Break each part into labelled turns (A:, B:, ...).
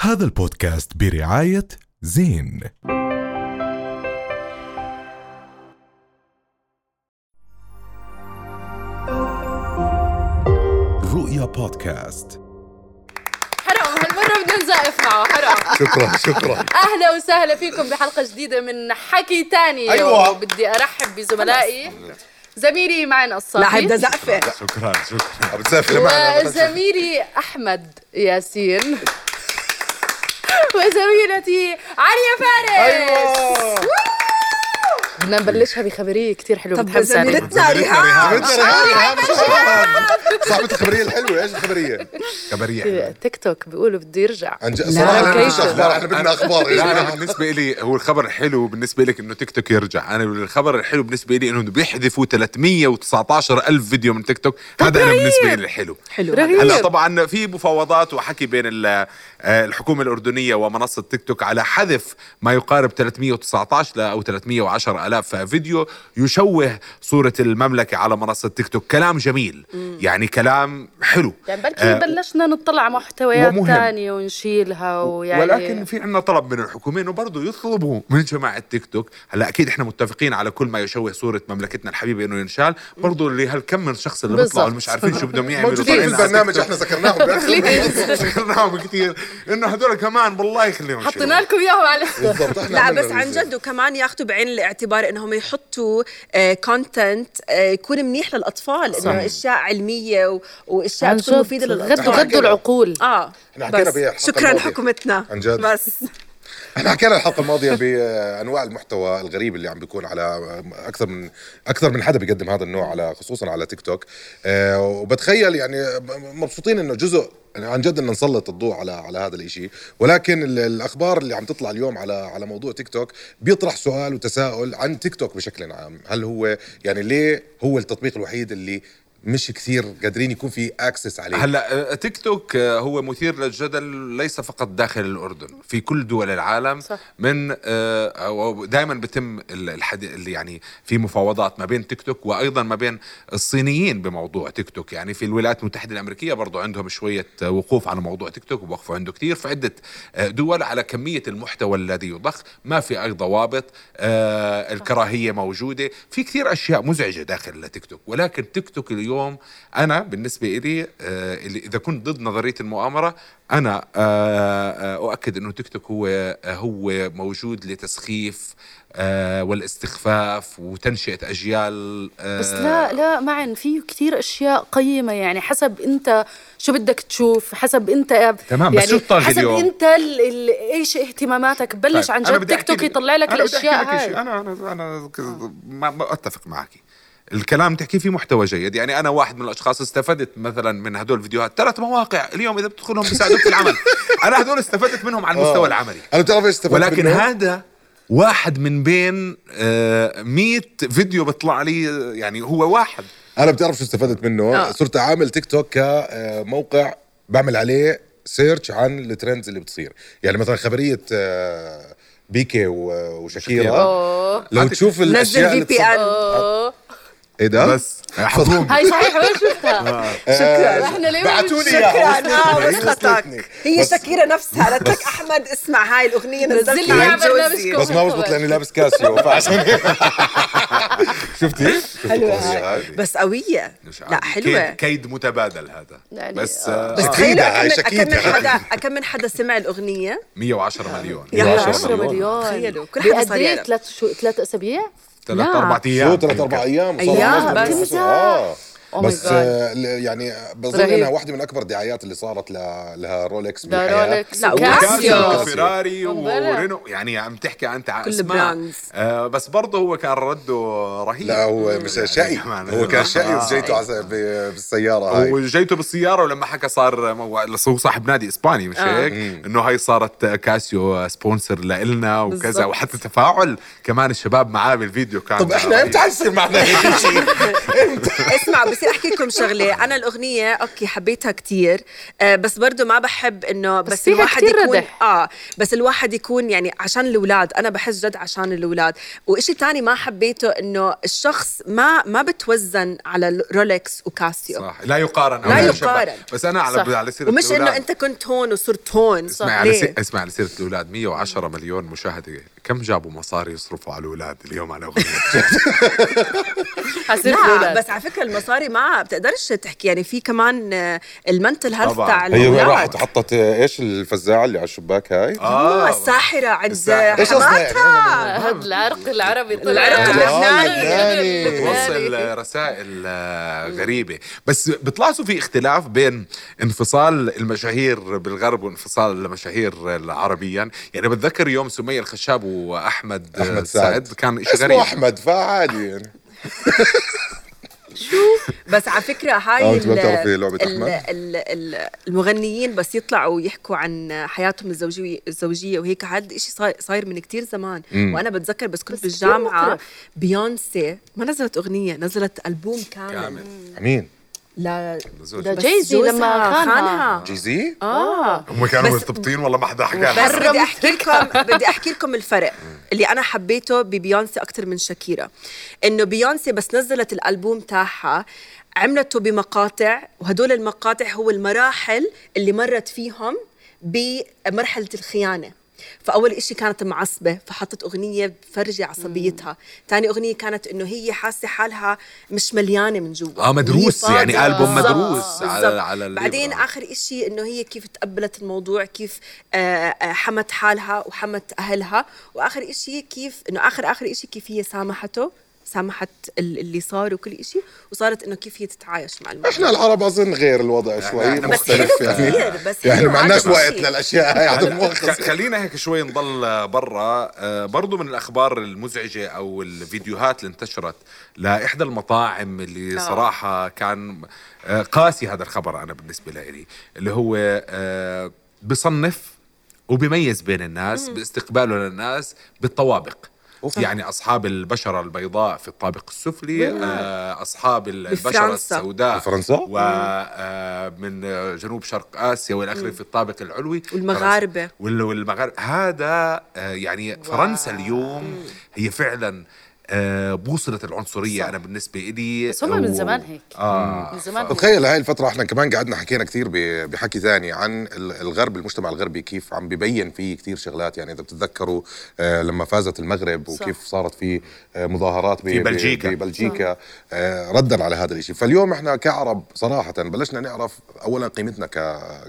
A: هذا البودكاست برعاية زين رؤيا بودكاست
B: حرام هالمرة بدون زائف معه حرام
C: شكرا شكرا
B: أهلا وسهلا فيكم بحلقة جديدة من حكي تاني
C: أيوة.
B: بدي أرحب بزملائي زميلي معن الصافي
D: لاعب ده زقفه
C: شكرا شكرا عم تسافر معنا
B: وزميلي آه، أحمد ياسين وزميلتي عليا فارس
E: أيوة.
B: بدنا نبلشها بخبرية كتير حلوة
D: طب
B: متحمسة عليها.
D: زميلتنا ريهام
C: صاحبة الخبرية الحلوة ايش الخبرية؟
E: كبرية
B: تيك توك بيقولوا بده يرجع
C: عن جد صراحة احنا مش
B: كيف؟
C: اخبار احنا بدنا اخبار
E: لا انا
C: إيش؟
E: بالنسبه لي هو الخبر الحلو بالنسبه لك انه تيك توك يرجع انا الخبر الحلو بالنسبه لي انه بيحذفوا 319 الف فيديو من تيك توك هذا انا بالنسبه لي الحلو
D: حلو
B: رهيب.
E: هلا طبعا في مفاوضات وحكي بين ال- آه، الحكومه الاردنيه ومنصه تيك توك على حذف ما يقارب 319 ل- او 310 الاف فيديو يشوه صوره المملكه على منصه تيك توك كلام جميل يعني كلام حلو
B: يعني بركي
E: آه،
B: بلشنا نطلع على محتويات
E: ومهم.
B: تانية ونشيلها ويعني
E: ولكن في عنا طلب من الحكومه انه برضه يطلبوا من جماعه تيك توك هلا اكيد احنا متفقين على كل ما يشوه صوره مملكتنا الحبيبه انه ينشال برضه لهالكم من شخص اللي
B: بالضبط.
E: بيطلعوا اللي مش عارفين شو بدهم يعملوا
C: موجودين في البرنامج احنا سكرناهم بآخر مرة.
E: ذكرناهم نعم كثير انه هدول كمان بالله يخليهم
B: حطينا لكم اياهم على
C: بالضبط احنا
D: لا
C: عملنا
D: بس عن
C: الريزيرف.
D: جد وكمان ياخذوا بعين الاعتبار انهم يحطوا كونتنت يكون منيح للاطفال انه اشياء علميه و- واشياء
B: عن
D: تكون
B: جد.
D: مفيده
B: غدوا
D: للاطفال
B: غدوا العقول
E: آه.
D: اه
C: إحنا حكينا
D: بس.
C: بحلقة
D: شكرا
C: الماضية.
D: حكومتنا
C: عن جد.
D: بس
C: احنا حكينا الحلقه الماضيه بانواع المحتوى الغريب اللي عم بيكون على اكثر من اكثر من حدا بيقدم هذا النوع على خصوصا على تيك توك أه وبتخيل يعني مبسوطين انه جزء يعني عن جد ان نسلط الضوء على على هذا الإشي ولكن ال- الاخبار اللي عم تطلع اليوم على على موضوع تيك توك بيطرح سؤال وتساؤل عن تيك توك بشكل عام هل هو يعني ليه هو التطبيق الوحيد اللي مش كثير قادرين يكون في اكسس عليه
E: هلا آه، تيك توك آه، هو مثير للجدل ليس فقط داخل الاردن في كل دول العالم
B: صح.
E: من دائما بتم ال- الحد اللي يعني في مفاوضات ما بين تيك توك وايضا ما بين الصينيين بموضوع تيك توك يعني في الولايات المتحده الامريكيه برضو عندهم شويه آه، وقوف على موضوع تيك توك ووقفوا عنده كثير في عده آه، دول على كميه المحتوى الذي يضخ ما في اي ضوابط آه، الكراهيه موجوده في كثير اشياء مزعجه داخل تيك توك ولكن تيك توك اليوم انا بالنسبه لي آه، اللي اذا كنت ضد نظريه المؤامره انا آه، آه، اؤكد انه تيك توك هو آه، هو موجود لتسخيف آه، والاستخفاف وتنشئه اجيال آه،
B: بس لا لا معن في كثير اشياء قيمه يعني حسب انت شو بدك تشوف حسب انت
E: تمام، بس
B: يعني
E: شو الطاغي
B: حسب
E: اليوم؟
B: انت ال- ال- ايش اهتماماتك بلش
E: طيب،
B: عن
E: أنا
B: جد
E: بدي
B: تيك
E: أحكي
B: توك يطلع لك
E: أنا بدي أحكي
B: الاشياء
E: لك إشي.
B: هاي
E: انا انا انا كز- ما ما اتفق معك الكلام تحكي فيه محتوى جيد يعني انا واحد من الاشخاص استفدت مثلا من هدول الفيديوهات ثلاث مواقع اليوم اذا بتدخلهم بيساعدوك في العمل انا هدول استفدت منهم على
B: آه.
E: المستوى العملي
C: انا آه. بتعرف ايش استفدت
E: ولكن
C: منه؟
E: هذا واحد من بين آه، 100 فيديو بيطلع لي يعني هو واحد
C: انا بتعرف شو استفدت منه آه. صرت عامل تيك توك كموقع بعمل عليه سيرش عن الترندز اللي بتصير يعني مثلا خبريه آه، بيكي و- وشاكيرا
B: أوه.
C: لو تشوف
D: نزل
C: الاشياء
D: في
C: اللي
D: بي
C: بتصير
D: ان
B: أوه.
C: ايه ده
B: آه.
E: بس حضوم
B: هاي صحيح ما شفتها
E: آه.
C: شكرا
B: إحنا ليه ما
C: بعتوا لي
B: بنشوف؟
C: اياها
D: شكرا اه
C: وصلتني، هي وصلتني.
D: وسخطك هي
C: بس-
D: شاكيرا نفسها قالت لك احمد اسمع هاي الاغنيه
B: نزل
D: نزلت
B: لي على
D: عن
B: برنامجكم
D: جوزي
C: بس ما بزبط لاني لابس كاسيو فعشان شفتي؟
D: حلوه
C: القضية
D: هاي.
C: هاي.
D: بس قويه
E: مش عارف.
D: لا حلوه
E: كيد, كيد متبادل هذا
B: يعني،
E: بس
B: آه.
E: آه،
D: بس
C: آه.
D: تخيلوا
C: شكيدة هاي،
D: أكمن- أكمن
C: شكيدة.
D: حدا أكمن حدا سمع الأغنية
E: 110 مليون
D: يلا.
B: 10
C: مليون.
B: مليون
D: تخيلوا، كل حدا صار يعرف.
B: إيه ثلاث شو ثلاث اسابيع
E: ثلاث
B: لا.
E: اربع ايام
C: شو ثلاث اربع ايام وصار
D: أيام،
C: الناس
D: بس.
C: بتنافسوا. آه.
B: Oh my
C: بس
B: God.
C: آه، ل- يعني بظن
B: رهيب.
C: انها واحده من اكبر الدعايات اللي صارت ل- لها رولكس
B: لا
C: بالحياة.
B: رولكس
D: لا،
B: وكاسيو
C: وكاسيو.
E: فيراري
B: بلا.
E: ورينو يعني عم تحكي انت على
D: كل
E: اسماء
D: brands.
E: آه بس برضه هو كان رده رهيب
C: لا هو مش شقي
E: كمان.
C: هو كان شقي
E: آه.
C: وجيته على ب- بالسياره هاي
E: وجيته بالسياره ولما حكى صار مو- هو صاحب نادي اسباني مش
D: آه.
E: هيك انه هاي صارت كاسيو سبونسر لنا وكذا
B: بالضبط.
E: وحتى تفاعل كمان الشباب معاه بالفيديو كان
C: طب احنا امتى حيصير معنا هيك شيء؟
D: اسمع بس بدي احكيكم شغله انا الاغنيه اوكي حبيتها كتير آه، بس برضه ما بحب انه بس,
B: بس
D: بس
B: فيها
D: الواحد
B: كتير
D: يكون
B: ردح.
D: اه بس الواحد يكون يعني عشان الاولاد انا بحس جد عشان الاولاد وإشي تاني ما حبيته انه الشخص ما ما بتوزن على رولكس وكاسيو
E: صح لا يقارن
D: لا
E: أو يشبه.
D: يقارن.
E: بس انا على
B: صح.
E: على سيره
D: ومش انه
E: الأولاد.
D: انت كنت هون وصرت هون
E: اسمع على
D: ليه؟
E: سي... اسمع على سيره الاولاد 110 مليون مشاهده كم جابوا مصاري يصرفوا على الاولاد اليوم على اغنيه
B: حصير
D: لا
B: الأولاد.
D: بس على فكره المصاري ما بتقدرش تحكي يعني في كمان آه، المنتل هيلث
E: طبعاً. أيوة،
D: تاع
C: هي
D: الاولاد
C: راحت حطت آه، ايش الفزاعه اللي على الشباك هاي
D: اه الساحره عند
E: آه، الساحرة.
C: ايش قصدها يعني؟
D: حماتها
B: هذا العرق العربي طلع. آه،
D: العرق اللبناني.
C: اللبناني.
E: بتوصل رسائل آه، غريبه بس بيطلع شو في اختلاف بين انفصال المشاهير بالغرب وانفصال المشاهير عربيا يعني بتذكر يوم سمية الخشاب واحمد آه،
C: احمد سعد
E: كان شيء
C: اسمه
E: غريب
C: احمد فعادي يعني
D: بس على فكره هاي
C: آه، أنت ما
D: ال-
C: بتعرفي لعبة
D: ال-
C: أحمد؟
D: ال- ال- المغنيين بس يطلعوا يحكوا عن حياتهم الزوجيه الزوجيه وهيك هذا الشيء صاير- صاير من كتير زمان وانا بتذكر بس كنت
B: بس كتير
D: بالجامعه
B: مقرف.
D: بيونسي ما نزلت اغنيه نزلت البوم كامل,
E: كامل.
C: مين؟
D: لا
E: زوجي.
B: ده
D: بس
B: جايزي
D: جوزها
B: لما خانها
C: جي زي؟
D: اه
E: هم كانوا
D: بس-
E: مرتبطين والله ما حدا حكى
D: بس
E: لها.
D: بدي احكي لكم بدي احكي لكم الفرق اللي انا حبيته ببيونسي اكثر من شاكيرا انه بيونسي بس نزلت الالبوم تاعها عملته بمقاطع وهدول المقاطع هو المراحل اللي مرت فيهم بمرحله الخيانه فاول إشي كانت معصبه فحطت اغنيه بفرجي عصبيتها ثاني اغنيه كانت انه هي حاسه حالها مش مليانه من جوا
E: اه مدروس
D: وهي
E: يعني
D: فاضية.
E: ألبوم
D: بالضبط،
E: مدروس على-
D: بالضبط.
E: على الليبرا.
D: بعدين اخر إشي انه هي كيف تقبلت الموضوع كيف آه، آه، حمت حالها وحمت اهلها واخر إشي كيف انه اخر اخر إشي كيف هي سامحته سامحت ال- اللي صار وكل إشي وصارت انه كيف هي تتعايش مع الموضوع
C: احنا العرب اظن غير الوضع شوي
E: إحنا
D: بس حلو
C: مختلف يعني
D: كثير بس
C: يعني
D: حلو
C: ما عندناش
D: عادي.
C: وقت للاشياء هاي على المؤاخذة.
E: يعني خ- خلينا هيك شوي نضل برا آه، برضو من الاخبار المزعجه او الفيديوهات اللي انتشرت لاحدى المطاعم اللي
D: آه.
E: صراحه كان آه، قاسي هذا الخبر انا بالنسبه لي اللي هو آه، بصنف وبيميز بين الناس باستقباله للناس بالطوابق يعني اصحاب البشره البيضاء في الطابق السفلي آه، اصحاب البشره
D: بفرنسا.
E: السوداء
C: بفرنسا؟
E: ومن جنوب شرق اسيا والى اخره في الطابق العلوي
D: والمغاربة.
E: وال- والمغاربة هذا آه، يعني فرنسا اليوم هي فعلا آه، بوصلة العنصرية أنا بالنسبة إلي
B: بس هم من زمان هيك
E: آه
B: من زمان هيك.
C: تخيل هاي الفترة احنا كمان قعدنا حكينا كثير ب- بحكي ثاني عن ال- الغرب المجتمع الغربي كيف عم ببين فيه كثير شغلات يعني اذا بتتذكروا آه، لما فازت المغرب
B: صح.
C: وكيف صارت في آه، مظاهرات ب-
E: في
C: ب-
E: بلجيكا.
C: ببلجيكا آه، ردا على هذا الشيء فاليوم احنا كعرب صراحة بلشنا نعرف اولا قيمتنا ك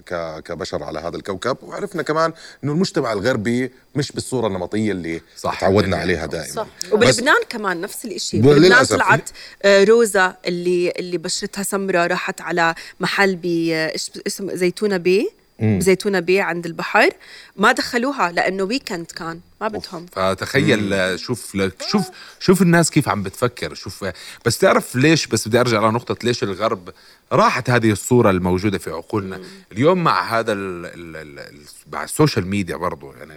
C: ك كبشر على هذا الكوكب وعرفنا كمان انه المجتمع الغربي مش بالصورة النمطية اللي
E: صح.
C: صح تعودنا عليها دائما
B: صح.
C: بس-
D: وبلبنان كمان نفس الشيء
C: وللأسف.
D: بلبنان طلعت آه، روزا اللي اللي بشرتها سمراء راحت على محل ب آه، إيش اسم زيتونه بي زيتونه بي عند البحر ما دخلوها لانه ويكند كان ما بدهم
E: فتخيل آه، شوف لك- شوف شوف الناس كيف عم بتفكر شوف آه، بس تعرف ليش بس بدي ارجع لنقطه ليش الغرب راحت هذه الصوره الموجوده في عقولنا اليوم مع هذا ال ال ال ال مع السوشيال ميديا برضو يعني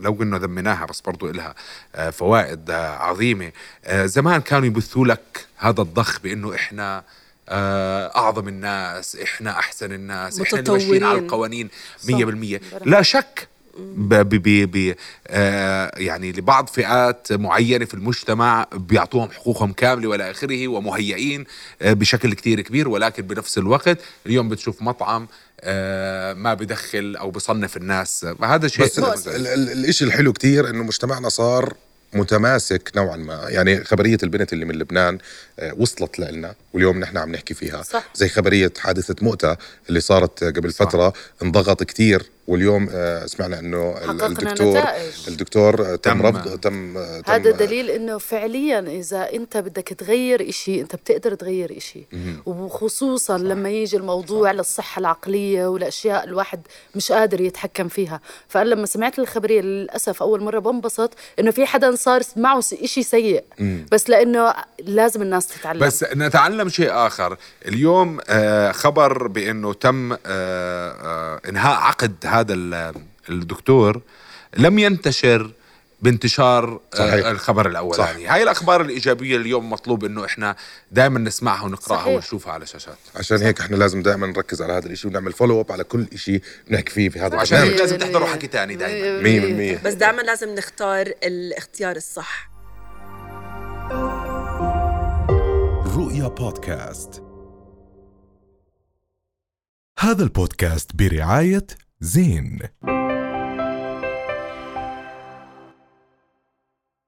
E: لو انه ذميناها بس برضو إلها آه، فوائد آه، عظيمه آه، زمان كانوا يبثوا لك هذا الضخ بانه احنا آه، اعظم الناس احنا احسن الناس احنا اللي ماشيين على
D: متطورين.
E: القوانين 100% لا شك ب ب ب ب آه يعني لبعض فئات معينه في المجتمع بيعطوهم حقوقهم كامله والى اخره ومهيئين آه بشكل كتير كبير ولكن بنفس الوقت اليوم بتشوف مطعم آه ما بدخل او بصنف الناس هذا شيء
B: إيه،
C: بس ال- ال- الاشي الحلو كتير انه مجتمعنا صار متماسك نوعا ما يعني خبرية البنت اللي من لبنان آه، وصلت لنا واليوم نحن عم نحكي فيها
B: صح.
C: زي خبرية حادثة مؤتة اللي صارت آه، قبل فترة انضغط كتير واليوم آه، سمعنا انه ال-
B: حققنا
C: الدكتور
B: نتائج.
C: الدكتور آه، تم
E: تم.
C: رفض تم آه،
E: طيب.
C: تم
B: هذا
C: آه،
B: دليل انه فعليا اذا انت بدك تغير إشي انت بتقدر تغير إشي وخصوصا لما يجي الموضوع للصحه العقليه والاشياء الواحد مش قادر يتحكم فيها فانا لما سمعت الخبريه للاسف اول مره بنبسط انه في حدا صار معه إشي سيء بس لانه لازم الناس تتعلم
E: بس نتعلم شيء اخر اليوم آه، خبر بانه تم آه، آه، انهاء عقد هذا ال- الدكتور لم ينتشر بانتشار
C: صحيح.
E: صحيح. الخبر الاولاني هاي الاخبار الايجابيه اليوم مطلوب انه احنا دائما نسمعها ونقراها
B: صحيح.
E: صحيح. ونشوفها على شاشات
C: عشان هيك احنا لازم دائما نركز على هذا الشيء ونعمل فولو اب على كل شيء بنحكي فيه في هذا
E: وعشان
B: يعني
C: البرنامج
E: هيك لازم تحضروا حكي تاني دائما
C: 100%
D: بس دائما لازم نختار الاختيار الصح
A: رؤيا بودكاست هذا البودكاست برعاية زين